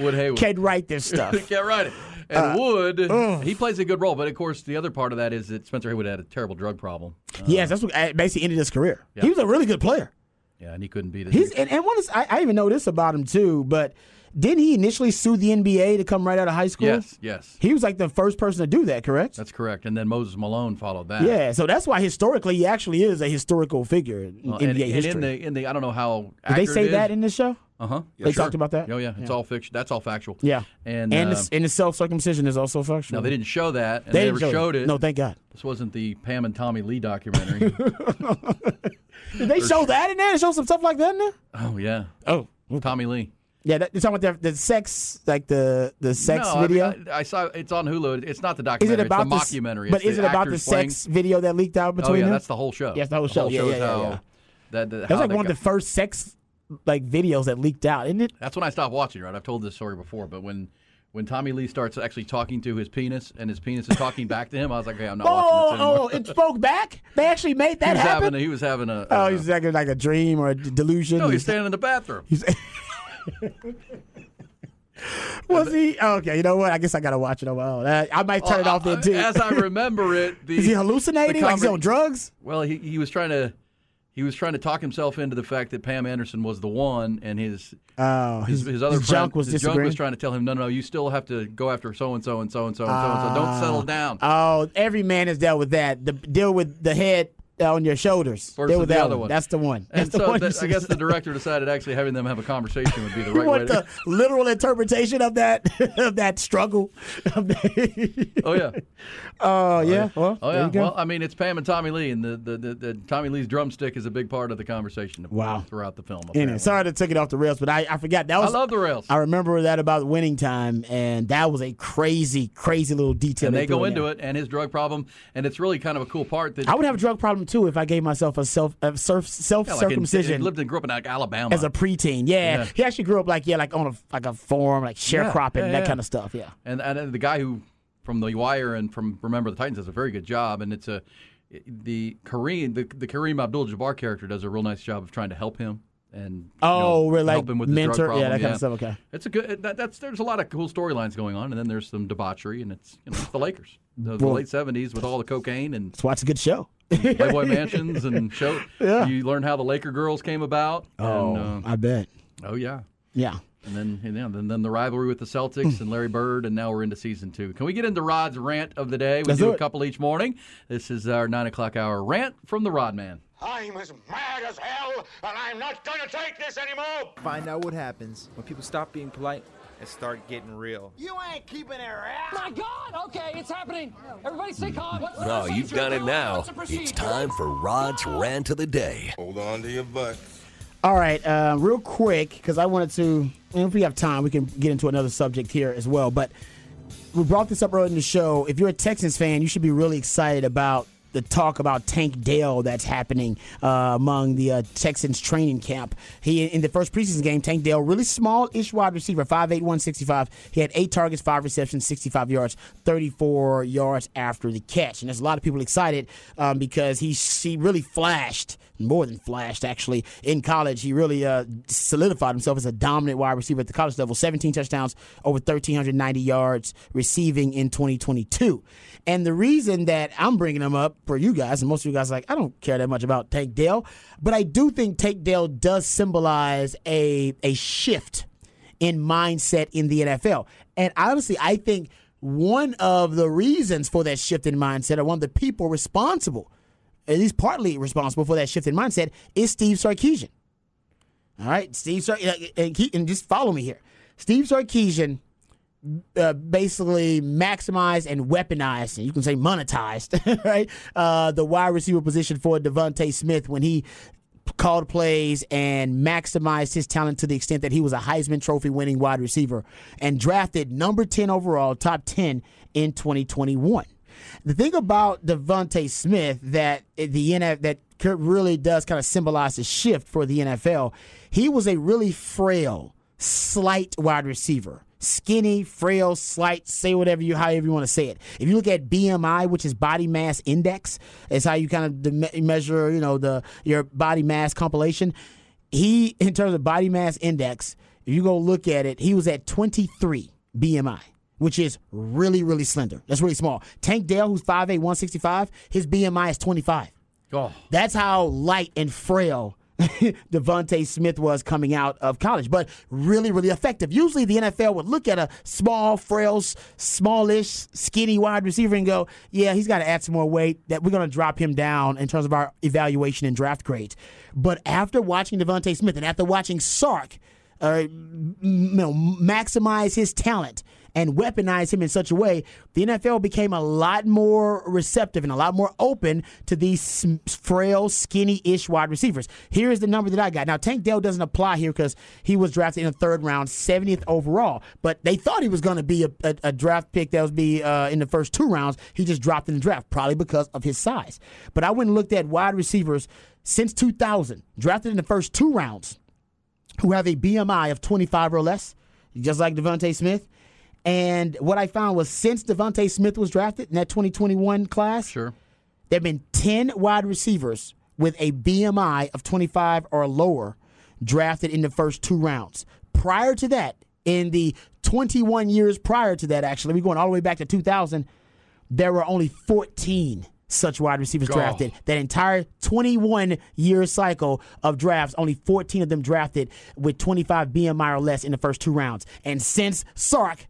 S3: Wood Hayward.
S4: Can't Uh, write this stuff.
S3: Can't write it. And Wood, he plays a good role, but of course, the other part of that is that Spencer Haywood had a terrible drug problem. Uh,
S4: yes, that's what uh, basically ended his career. He was a really good player.
S3: yeah, and he couldn't beat it.
S4: He's and, and one is, I, I even know this about him too. But didn't he initially sue the NBA to come right out of high school?
S3: yes, yes,
S4: He was like the first person to do that. Correct.
S3: that's correct. And then Moses Malone followed that.
S4: yeah, so that's why historically he actually is a historical figure in
S3: Well, and,
S4: NBA
S3: and
S4: history.
S3: in the in the I don't know how
S4: Did they say that in the show?
S3: uh huh.
S4: they talked about that.
S3: Oh yeah, it's all fiction. That's all factual.
S4: Yeah.
S3: and,
S4: and
S3: uh,
S4: the, and the self circumcision is also
S3: no,
S4: functional.
S3: they didn't show that, and
S4: They
S3: they,
S4: didn't
S3: never
S4: show
S3: showed it.
S4: No, thank God.
S3: this wasn't the Pam and Tommy Lee documentary.
S4: Did they show that in there? They show some stuff like that in there?
S3: oh yeah,
S4: Oh.
S3: Tommy Lee.
S4: Yeah, that, you're talking about the, the sex, like the the sex
S3: no, I mean,
S4: video?
S3: I, I saw it's on Hulu. It's not the
S4: is
S3: documentary.
S4: it about
S3: it's
S4: this-
S3: the mockumentary.
S4: But
S3: It's
S4: is
S3: the
S4: it about the
S3: actors playing-
S4: sex video that leaked out between
S3: Oh yeah,
S4: them?
S3: that's the whole show.
S4: Yes, the whole show. Yeah,
S3: is
S4: yeah, yeah,
S3: how
S4: yeah.
S3: that- that-
S4: That's
S3: how
S4: like
S3: they
S4: one
S3: got-
S4: of the first sex like videos that leaked out, isn't it?
S3: That's when I stopped watching. Right, I've told this story before, but when when Tommy Lee starts actually talking to his penis and his penis is talking back to him, I was like, okay, I'm not
S4: Oh,
S3: watching this anymore.
S4: oh, it spoke back. They actually made
S3: he
S4: that
S3: was
S4: happen.
S3: having a, he was having a
S4: oh,
S3: uh,
S4: he's acting like a dream or a d- delusion.
S3: no, he's standing in the bathroom.
S4: was he? Okay, you know what? I guess I gotta watch it on my own. Uh, I might turn it off
S3: Uh,
S4: then too.
S3: As I remember it, the
S4: Is he hallucinating?
S3: the
S4: Like he's
S3: conver-
S4: on drugs?
S3: Well, he, he was trying to he was trying to talk himself into the fact that Pam Anderson was the one, and his
S4: Oh,
S3: his, his other friend
S4: junk was
S3: his
S4: disagreeing.
S3: junk was trying to tell him, no, no, you still have to go after so and so and so and so and so and so. Don't
S4: Ah.
S3: settle down.
S4: Oh, every man has dealt with that. The deal with the head uh, on your shoulders.
S3: Versus
S4: deal with
S3: the
S4: that
S3: other one.
S4: That's the one. That's
S3: and
S4: the
S3: so
S4: one.
S3: that, I guess the director decided actually having them have a conversation would be the right way. To,
S4: what the literal interpretation of that of that struggle? Of that-
S3: oh yeah,
S4: oh yeah. Well,
S3: oh
S4: there
S3: yeah.
S4: you go.
S3: Well, I mean, it's Pam and Tommy Lee, and the, the, the, the Tommy Lee's drumstick is a big part of the conversation.
S4: Wow.
S3: throughout the film.
S4: Anyway,
S3: apparently.
S4: sorry to took it off the rails, but I, I forgot that
S3: I
S4: was.
S3: love the rails.
S4: I remember that about winning time, and that was a crazy, crazy little detail.
S3: and they
S4: threw
S3: go
S4: in
S3: into
S4: there.
S3: it and his drug problem, and it's really kind of a cool part that
S4: I would have a drug problem too if I gave myself a self a self self
S3: Yeah, like in-
S4: circumcision.
S3: he lived and grew up in like Alabama.
S4: as a preteen. Yeah.
S3: Yeah.
S4: he actually grew up like yeah, like on a like a farm, like sharecropping,
S3: yeah,
S4: that
S3: yeah.
S4: kind of stuff. Yeah,
S3: and, and the guy who from The Wire and from Remember the Titans does a very good job, and it's a the Kareem the, the Kareem Abdul-Jabbar character does a real nice job of trying to help him and you
S4: Oh,
S3: know,
S4: we're like
S3: help him with his
S4: mentor-
S3: drug problem.
S4: yeah, that kind of stuff, okay.
S3: it's a good that, that's there's a lot of cool storylines going on, and then there's some debauchery, and it's you know it's the Lakers, the, the
S4: Well-
S3: late '70s with all the cocaine and
S4: that's why it's a good show.
S3: Playboy mansions and show.
S4: Yeah. Oh.
S3: You learn how the Laker girls came about. and, uh,
S4: I bet.
S3: oh yeah.
S4: Yeah.
S3: And then, and yeah, then, then the rivalry with the Celtics and Larry Bird, and now we're into season two. Can we get into Rod's rant of the day? We
S4: Let's
S3: do,
S4: do
S3: a
S4: it.
S3: couple each morning. This is our nine o'clock hour rant from the Rod Man.
S6: I'm as mad as hell, and I'm not gonna take this anymore!
S7: Find out what happens when people stop being polite and start getting real.
S6: You ain't keeping it around!
S8: My God! Okay, it's happening. Everybody, stay calm. What's the
S2: Oh, you've
S8: procedure?
S2: done it
S8: How
S2: now.
S8: what's the
S2: It's
S8: procedure?
S2: time for Rod's rant of the day.
S9: Hold on to your butt.
S4: All right, uh, real quick, because I wanted to, and if we have time, we can get into another subject here as well. But we brought this up earlier in the show. If you're a Texans fan, you should be really excited about the talk about Tank Dale that's happening uh, among the uh, Texans training camp. He in the first preseason game, Tank Dale, really small-ish wide receiver, 5'8", 165. He had eight targets, five receptions, 65 yards, 34 yards after the catch. And there's a lot of people excited um, because he she really flashed more than flashed actually in college. He really uh, solidified himself as a dominant wide receiver at the college level. 17 touchdowns, over 1,390 yards receiving in 2022. And the reason that I'm bringing him up for you guys, and most of you guys are like, I don't care that much about Tank Dale, but I do think Tank Dale does symbolize a a shift in mindset in the NFL. And honestly, I think one of the reasons for that shift in mindset, or one of the people responsible at least partly responsible for that shift in mindset, is Steve Sarkeesian. All right, Steve Sar- and, keep, and just follow me here. Steve Sarkeesian uh, basically maximized and weaponized, and you can say monetized, right? Uh, the wide receiver position for Devontae Smith when he called plays and maximized his talent to the extent that he was a Heisman Trophy winning wide receiver and drafted number 10 overall, top 10 in 2021. The thing about Devontae Smith that the NF that really does kind of symbolize a shift for the NFL, he was a really frail slight wide receiver. Skinny, frail, slight, say whatever you, however you want to say it. If you look at BMI, which is body mass index, is how you kind of dem- measure, you know, the your body mass compilation. He, in terms of body mass index, if you go look at it, he was at 23 BMI, which is really, really slender. That's really small. Tank Dale, who's 5'8", 165, his BMI is 25.
S3: Oh,
S4: That's how light and frail Devontae Smith was coming out of college, but really, really effective. Usually, the NFL would look at a small, frail, s- smallish, skinny wide receiver and go, "Yeah, he's got to add some more weight. That we're going to drop him down in terms of our evaluation and draft grades." But after watching Devontae Smith and after watching Sark, uh, m- you know, maximize his talent and weaponize him in such a way, the NFL became a lot more receptive and a lot more open to these sm- frail, skinny-ish wide receivers. Here is the number that I got. Now, Tank Dell doesn't apply here because he was drafted in the third round, 70th overall. But they thought he was going to be a, a, a draft pick that would be uh, in the first two rounds. He just dropped in the draft, probably because of his size. But I went and looked at wide receivers since 2000, drafted in the first two rounds who have a BMI of 25 or less, just like Devontae Smith. And what I found was since Devontae Smith was drafted in that 2021 class,
S3: Sure.
S4: there have been 10 wide receivers with a BMI of 25 or lower drafted in the first two rounds. Prior to that, in the 21 years prior to that, actually, we're going all the way back to 2000, there were only 14 such wide receivers
S3: Gosh.
S4: drafted. That entire 21 year cycle of drafts, only 14 of them drafted with 25 BMI or less in the first two rounds. And since Sark,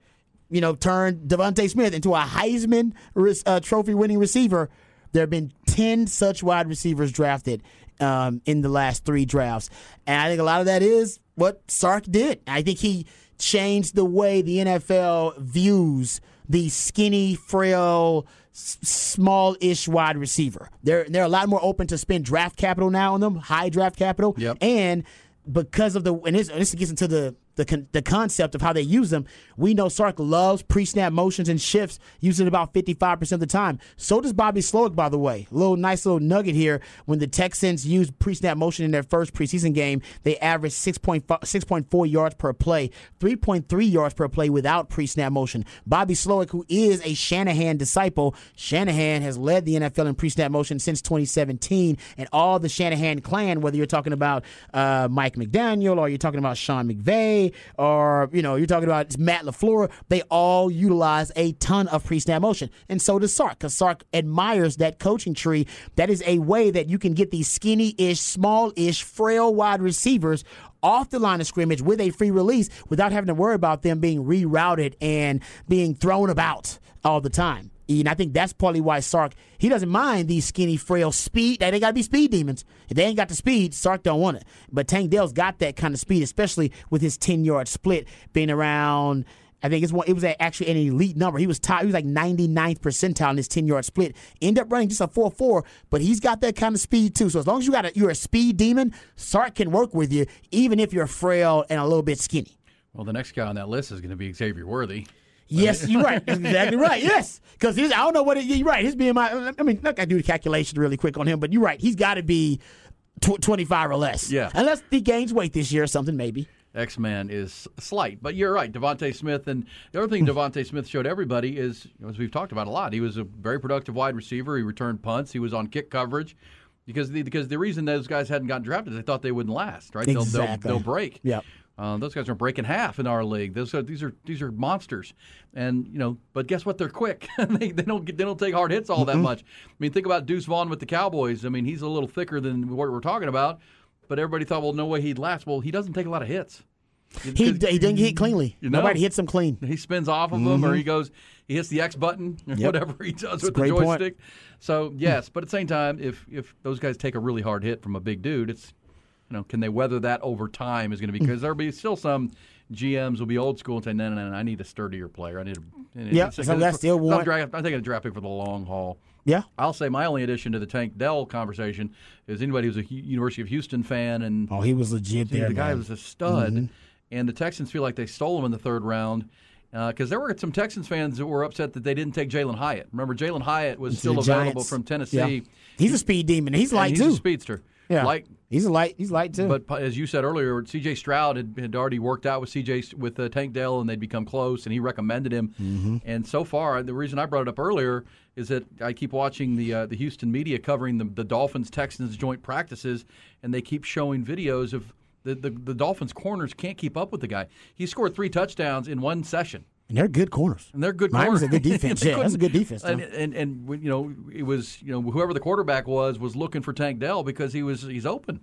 S4: you know, turned Devontae Smith into a Heisman re- uh, Trophy winning receiver, there have been 10 such wide receivers drafted um, in the last three drafts. And I think a lot of that is what Sark did. I think he changed the way the NFL views the skinny, frail, s- small-ish wide receiver. They're they're a lot more open to spend draft capital now on them, high draft capital,
S3: Yep.
S4: and because of the and this, this gets into the the, con, the concept of how they use them. We know Sark loves pre-snap motions and shifts, using about 55% of the time. So does Bobby Slowick, by the way. Little nice little nugget here. When the Texans used pre-snap motion in their first preseason game, they averaged 6.5 6.4 yards per play, 3.3 yards per play without pre-snap motion. Bobby Slowick, who is a Shanahan disciple, Shanahan has led the NFL in pre-snap motion since 2017, and all the Shanahan clan, whether you're talking about uh, Mike McDaniel or you're talking about Sean McVay or you know you're talking about Matt Lafleur, they all utilize a ton of pre-snap motion, and so does Sark, because Sark admires that coaching tree. That is a way that you can get these skinny-ish, small-ish, frail wide receivers off the line of scrimmage with a free release without having to worry about them being rerouted and being thrown about all the time. And I think that's probably why Sark he doesn't mind these skinny, frail speed. They, they gotta be speed demons. If they ain't got the speed, Sark don't want it. But Tank Dell's got that kind of speed, especially with his ten yard split being around. I think it's one. It was actually an elite number. He was top. He was like 99th percentile in his 10 yard split. End up running just a 4 4, but he's got that kind of speed too. So as long as you got a, you're a speed demon, Sark can work with you, even if you're frail and a little bit skinny.
S3: Well, the next guy on that list is going to be Xavier Worthy.
S4: Yes, you're right. That's exactly right. Yes, because I don't know what it, you're right. His BMI. I mean, look, I do the calculation really quick on him, but you're right. He's got to be tw- 25 or less.
S3: Yeah.
S4: unless he gains weight this year or something, maybe.
S3: X Man is slight, but you're right. Devonte Smith, and the other thing Devonte Smith showed everybody is, you know, as we've talked about a lot, he was a very productive wide receiver. He returned punts. He was on kick coverage because the, because the reason those guys hadn't gotten drafted, is they thought they wouldn't last, right? They'll-
S4: Exactly.
S3: They'll, they'll, break.
S4: Yep.
S3: Uh, those guys are breaking half in our league. Those are, these are these are monsters, and you know. But guess what? They're quick. they, they don't get, they don't take hard hits all that much. I mean, think about Deuce Vaughn with the Cowboys. I mean, he's a little thicker than what we're talking about. But everybody thought, well, no way he'd last. Well, he doesn't take a lot of hits.
S4: He he didn't hit cleanly.
S3: You know.
S4: Nobody hits him clean.
S3: He spins off of them,
S4: Mm-hmm.
S3: or he goes, he hits the X button, or whatever he does with the
S4: great point.
S3: joystick. So yes, but at the same time, if if those guys take a really hard hit from a big dude, it's you know, can they weather that over time? Is going to be
S4: Mm.
S3: because there'll be still some GMs will be old school and say, no, no, no, no, I need a sturdier player. I need a and
S4: Yep,
S3: it's-
S4: some guys still
S3: I'm
S4: want-
S3: dra- I'm taking a draft pick for the long haul.
S4: Yeah.
S3: I'll say my only addition to the Tank Dell conversation is anybody who's a Hu- University of Houston fan and
S4: Oh, he was legit
S3: Dude,
S4: there.
S3: the guy
S4: man.
S3: was
S4: Mm-hmm.
S3: a stud, and the Texans feel like they stole him in the third round because there were some Texans fans that were upset that they didn't take Jalen Hyatt. Remember, Jalen Hyatt was
S4: To the
S3: still available
S4: Giants.
S3: from
S4: Yeah.
S3: Tennessee.
S4: He's a speed demon. He's
S3: and
S4: light
S3: he's
S4: too.
S3: a speedster.
S4: yeah,
S3: Like,
S4: he's a light. He's light too.
S3: but p- as you said earlier, C.J. Stroud had, had already worked out with C.J. s- with uh, Tank Dell, and they'd become close, and he recommended him. And so far, the reason I brought it up earlier is that I keep watching the uh, the Houston media covering the, the Dolphins Texans joint practices, and they keep showing videos of the, the the Dolphins corners can't keep up with the guy. He scored three touchdowns in one session.
S4: and they're good corners.
S3: And they're good.
S4: Miami's
S3: corners.
S4: a good defense.
S3: They
S4: yeah, that's a good
S3: couldn't-
S4: defense.
S3: And,
S4: though.
S3: and and we- you know it was you know whoever the quarterback was was looking for Tank Dell because he was he's open.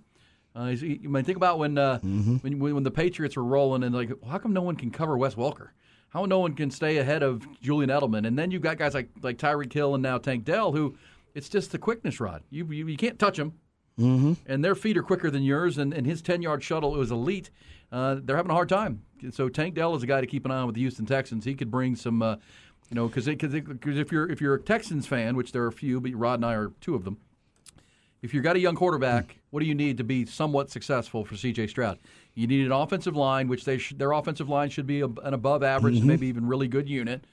S3: Uh, he's, he, I mean, think about when, uh,
S4: Mm-hmm.
S3: when when when the Patriots were rolling and like, how come no one can cover Wes Welker? How no one can stay ahead of Julian Edelman? And then you've got guys like like Tyreek Hill and now Tank Dell, who it's just the quickness rod. You you, you can't touch him and their feet are quicker than yours. And, and his 10 yard shuttle was elite. Uh, they're having a hard time. So Tank Dell is a guy to keep an eye on with the Houston Texans. He could bring some, uh, you know, because because if you're if you're a Texans fan, which there are a few, but Rod and I are two of them. If you've got a young quarterback, what do you need to be somewhat successful for C.J. Stroud? You need an offensive line, which they sh- their offensive line should be a, an above average,
S4: Mm-hmm.
S3: and maybe even really good unit.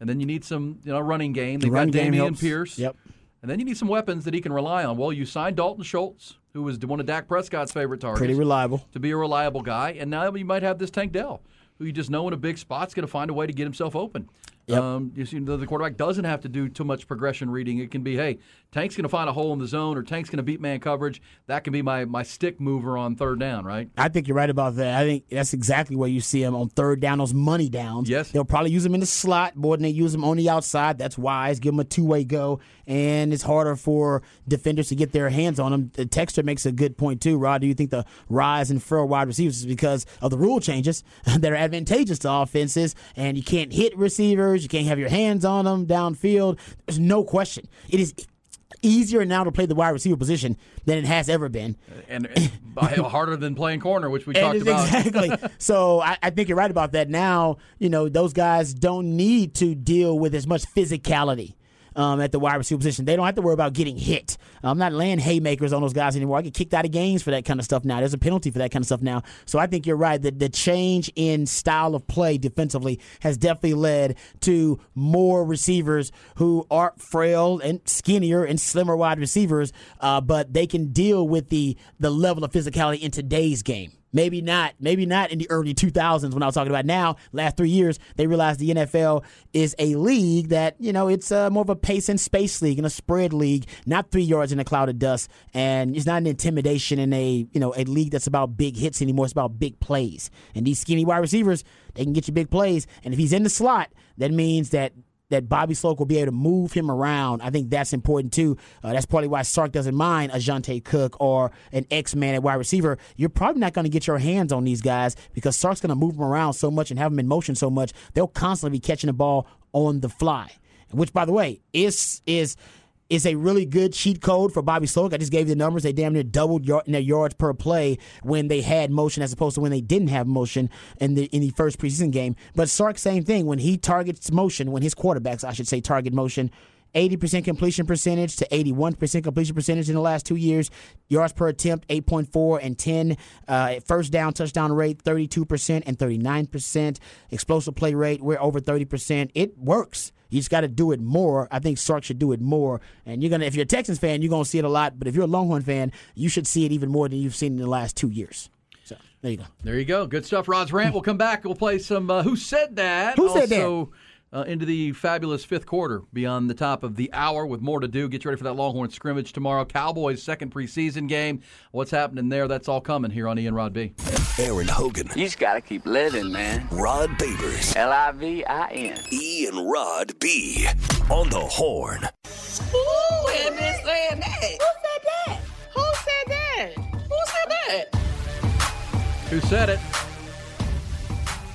S3: And then you need some, you know, running game. They've
S4: Run
S3: got
S4: game
S3: Damian
S4: helps.
S3: Pierce.
S4: Yep.
S3: And then you need some weapons that he can rely on. Well, you signed Dalton Schultz, who was one of Dak Prescott's favorite targets,
S4: Pretty reliable.
S3: to be a reliable guy, and now you might have this Tank Dell, who you just know in a big spot's going to find a way to get himself open.
S9: Yep.
S3: Um, you see, the the quarterback doesn't have to do too much progression reading. It can be, hey, Tank's going to find a hole in the zone, or Tank's going to beat man coverage. That can be my my stick mover on third down, right?
S4: I think you're right about that. I think that's exactly where you see him on third down, those money downs.
S3: Yes.
S4: They'll probably use him in the slot more than they use him on the outside. That's wise. Give him a two way go. And it's harder for defenders to get their hands on him. The Texter makes a good point, too, Rod. Do you think the rise in furrow wide receivers is because of the rule changes that are advantageous to offenses? And you can't hit receivers, you can't have your hands on them downfield. There's no question. It is easier now to play the wide receiver position than it has ever been.
S3: And, and harder than playing corner, which we
S4: And
S3: talked
S4: it's
S3: about.
S4: Exactly. so I, I think you're right about that. Now, you know, those guys don't need to deal with as much physicality. Um, at the wide receiver position, they don't have to worry about getting hit. I'm not laying haymakers on those guys anymore. I get kicked out of games for that kind of stuff now. There's a penalty for that kind of stuff now. So I think you're right. The, the change in style of play defensively has definitely led to more receivers who are frail and skinnier and slimmer wide receivers, uh, but they can deal with the the level of physicality in today's game. Maybe not. Maybe not in the early 2000s when I was talking about. Now, last three years, they realized the NFL is a league that you know it's uh, more of a pace and space league and a spread league, not three yards in a cloud of dust, and it's not an intimidation in a you know a league that's about big hits anymore. It's about big plays, and these skinny wide receivers they can get you big plays, and if he's in the slot, that means that that Bobby Sloak will be able to move him around. I think that's important too. Uh, that's partly why Sark doesn't mind a Jonte Cook or an X man at wide receiver. You're probably not going to get your hands on these guys because Sark's going to move them around so much and have them in motion so much. They'll constantly be catching the ball on the fly, which, by the way, is is is a really good cheat code for Bobby Sloak. I just gave you the numbers. They damn near doubled yard, their yards per play when they had motion as opposed to when they didn't have motion in the in the first preseason game. But Sark, same thing. When he targets motion, when his quarterbacks, I should say, target motion, 80% completion percentage to 81% completion percentage in the last two years. Yards per attempt, 8.4 and 10. Uh, first down, touchdown rate, 32% and 39%. Explosive play rate, we're over 30%. It works. You just got to do it more. I think Sark should do it more. And you're gonna, if you're a Texans fan, you're gonna see it a lot. But if you're a Longhorn fan, you should see it even more than you've seen in the last two years. So there you go.
S3: There you go. Good stuff. Rod's rant. We'll come back. We'll play some uh, Who Said That?
S4: Who Said That?
S3: also, Uh, into the fabulous fifth quarter beyond the top of the hour with more to do. Get you ready for that Longhorn scrimmage tomorrow. Cowboys' second preseason game. What's happening there? That's all coming here on Ian Rod B.
S2: Aaron Hogan,
S10: You just gotta keep living, man.
S2: Rod Babers,
S10: L I V I N.
S2: E and Rod B on the horn.
S10: Who had been saying that? Who said that? Who said that? Who said that?
S3: Who said it?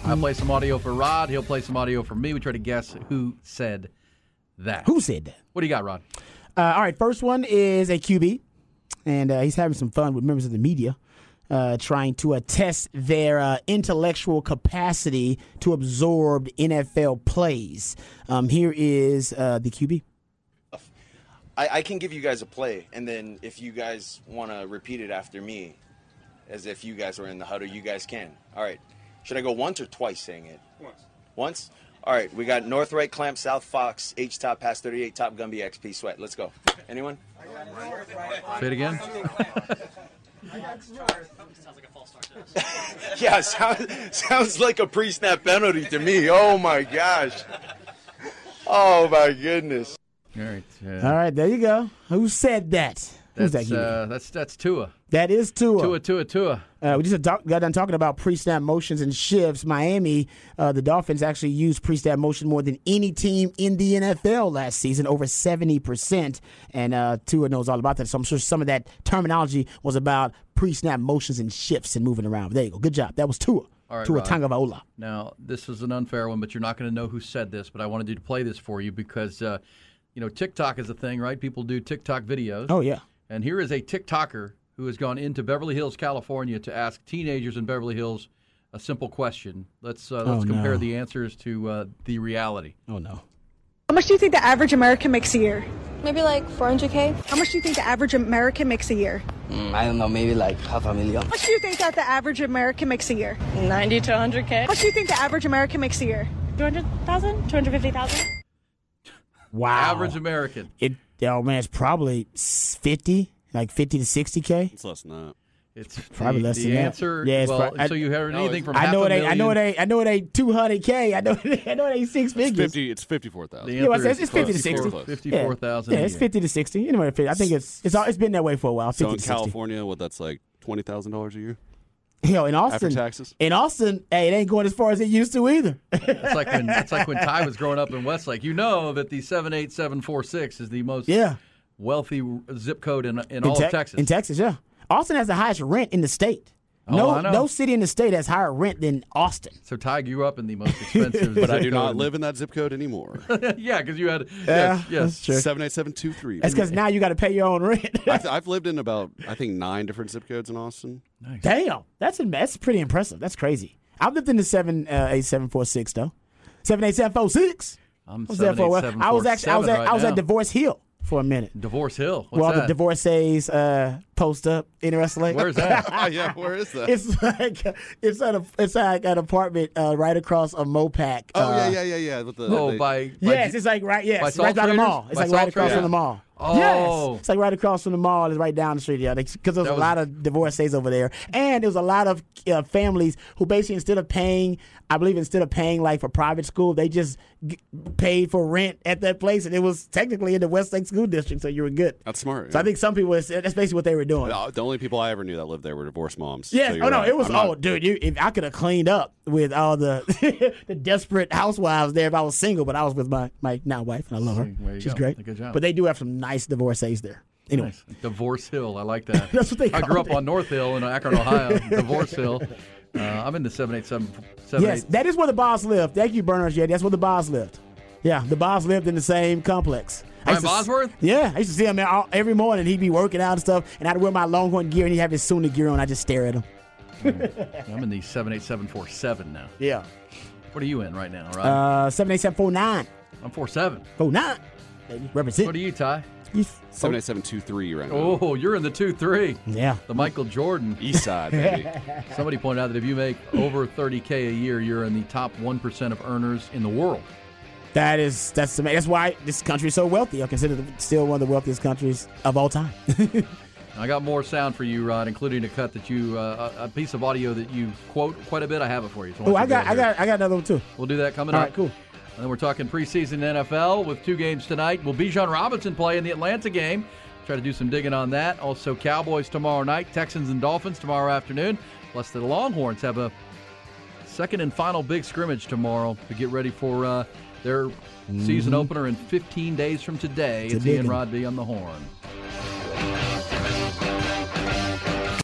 S3: I play some audio for Rod. He'll play some audio for me. We try to guess who said that.
S4: Who said that?
S3: What do you got, Rod?
S4: Uh, all right, first one is a QB, and uh, he's having some fun with members of the media, uh, trying to uh, test their uh, intellectual capacity to absorb NFL plays. Um, here is uh, the QB.
S11: I, I can give you guys a play, and then if you guys want to repeat it after me, as if you guys were in the huddle, you guys can. All right. Should I go once or twice saying it? Once. Once? All right. We got North Right Clamp, South Fox, H Top, Pass 38, Top Gumby, XP Sweat. Let's go. Anyone?
S3: Say it again.
S11: Yeah, sound, sounds like a pre snap penalty to me. Oh my gosh. Oh my goodness.
S3: All right. Uh,
S4: All right, there you go. Who said that? Who's that
S3: that's,
S4: QB?
S3: uh, that's that's Tua.
S4: that is Tua.
S3: Tua. Tua. Tua.
S4: Uh, we just ado- got done talking about pre-snap motions and shifts. Miami, uh, the Dolphins actually used pre-snap motion more than any team in the NFL last season, over 70%. And uh, Tua knows all about that. So I'm sure some of that terminology was about pre-snap motions and shifts and moving around. There you go. Good job. That was Tua.
S3: All right,
S4: Tua
S3: Rod.
S4: Tagovailoa.
S3: Now, this is an unfair one, but you're not going to know who said this. But I wanted to play this for you because, uh, you know, TikTok is a thing, right? People do TikTok videos.
S4: Oh, yeah.
S3: And here is a TikToker who has gone into Beverly Hills, California, to ask teenagers in Beverly Hills a simple question. Let's uh, let's
S4: Oh,
S3: compare
S4: no.
S3: the answers to uh, the reality.
S4: Oh, no.
S12: How much do you think the average American makes a year?
S10: Maybe like 400k.
S12: How much do you think the average American makes a year?
S10: Hmm, I don't know, maybe like half a million.
S12: How much do you think that the average American makes a year?
S10: 90 to 100k.
S12: How much do you think the average American makes a year?
S10: 200,000? 250,000?
S4: Wow.
S3: Average American.
S4: It, oh, man, it's probably s- 50, like 50 to 60K.
S5: It's less than that.
S3: It's
S4: Probably
S3: the,
S4: less
S3: the
S4: than that.
S3: answer.
S4: Yeah, it's
S3: well,
S4: prob- I-
S3: so you heard
S4: No,
S3: anything from
S4: I
S3: half
S4: know
S3: a
S4: it ain't. I know it
S3: million-
S4: ain't. I know it ain't two hundred k. I know. I know it ain't six
S5: It's
S4: figures.
S5: fifty. It's fifty-four thousand.
S3: The
S4: Yeah, well, I
S3: answer
S4: said
S3: is
S4: it's, it's fifty to
S3: close.
S4: sixty.
S3: 54,000
S4: Yeah,
S3: a
S4: yeah it's
S3: year.
S4: fifty to sixty. Anyway, I think it's it's all, it's been that way for a while.
S5: So
S4: Fifty
S5: in
S4: to sixty.
S5: California, what that's like twenty thousand dollars a year
S4: Hell, in Austin,
S5: after taxes.
S4: in Austin, hey, it ain't going as far as it used to either.
S3: It's like when it's like when Ty was growing up in Westlake. You know that the seven eight seven four six is the most
S4: Yeah.
S3: wealthy zip code in in, all
S4: Te-
S3: of Oh, Texas. Oh,
S4: In Texas, yeah. Austin has the highest rent in the state. no,
S3: I know.
S4: no city in the state has higher rent than Austin.
S3: so Ty grew up in the most expensive.
S5: But I
S3: zip
S5: do
S3: code
S5: not
S3: in-
S5: live in that zip code anymore.
S3: yeah, because you had yes,
S4: that's
S3: yes.
S4: true.
S5: Seven eight seven two three.
S4: That's because now you got to pay your own rent.
S5: I've, I've lived in about I think nine different zip codes in Austin.
S4: Damn, that's im- that's pretty impressive. That's crazy. I've lived in the seven uh, eight seven four six though, seven eight seven four six.
S3: I'm
S4: I was there for a while. I was actually I was at
S3: 78747 right
S4: I was
S3: now.
S4: at Divorce Hill for a minute.
S3: Divorce Hill. What's
S4: Where all
S3: that?
S4: the divorcees uh, post up in wrestling.
S3: Where's that?
S5: yeah, where is that?
S4: It's like it's at a it's like an apartment uh, right across a Mopac.
S5: oh
S4: uh,
S5: yeah, yeah, yeah, yeah. With the,
S3: oh,
S5: they-
S3: by, by
S4: Yes,
S3: G-
S4: it's like right.
S3: by
S4: Yes,
S3: Salt
S4: right by the
S3: Traders?
S4: mall. It's
S3: By
S4: like right
S3: Salt
S4: across
S3: Traders?
S4: from the mall.
S3: Oh.
S4: Yes, it's like right across from the mall. It's right down the street. Yeah, because there's a lot of divorcees over there, and there's a lot of uh, families who basically instead of paying, I believe instead of paying like for private school, they just g- paid for rent at that place, and it was technically in the Westlake School District, so you were good.
S5: That's smart.
S4: So I
S5: yeah.
S4: think some people that's basically what they were doing.
S5: Uh, the only people I ever knew that lived there were divorced moms.
S4: Yes.
S5: So you're
S4: oh no,
S5: right.
S4: it was.
S5: I'm not-
S4: oh, dude, you, if I could have cleaned up with all the the desperate housewives there if I was single, but I was with my my now wife and I love her.
S3: There you
S4: She's
S3: go.
S4: great.
S3: Good job.
S4: But they do have some nice divorcees there. Anyway,
S3: Nice. Divorce Hill. I like that.
S4: That's what they
S3: I grew
S4: called
S3: up on North Hill in Akron, Ohio. Divorce Hill. Uh, I'm in the 787.
S4: yes, that is where the boss lived. Thank you, Berners. Yeah, that's where the boss lived. Yeah, the boss lived in the same complex. I
S3: Brian
S4: used to s-
S3: Bosworth?
S4: Yeah, I used to see him all, every morning. He'd be working out and stuff, and I'd wear my Longhorn gear, and he'd have his Sooner gear on. I just stare at him.
S3: I'm in the 78747 now.
S4: Yeah.
S3: What are you in right now, Rob?
S4: Uh, seven eight seven four nine
S3: I'm 47.
S4: four nine. Baby,
S3: What
S4: represent.
S3: are you, Ty?
S4: You-
S5: seven eight seven two three right now.
S3: Oh, you're in the 2 3.
S4: Yeah.
S3: The Michael Jordan.
S5: East side, baby.
S3: Somebody pointed out that if you make over 30K a year, you're in the top 1% of earners in the world.
S4: That is that's ama- that's why this country is so wealthy. I consider it still one of the wealthiest countries of all time.
S3: I got more sound for you, Rod, including a cut that you, uh, a a piece of audio that you quote quite a bit. I have it for you. So
S4: oh,
S3: once
S4: I
S3: you
S4: got
S3: get
S4: I
S3: here-
S4: got I got another one too.
S3: We'll do that coming
S4: All
S3: up.
S4: right, cool.
S3: And then we're talking preseason NFL with two games tonight. Will Bijan Robinson play in the Atlanta game? Try to do some digging on that. Also, Cowboys tomorrow night, Texans and Dolphins tomorrow afternoon. Plus, the Longhorns have a second and final big scrimmage tomorrow to get ready for
S4: Mm-hmm.
S3: uh, their season opener in 15 days from today.
S4: a
S3: It's Ian
S4: big one.
S3: Rodby on the horn.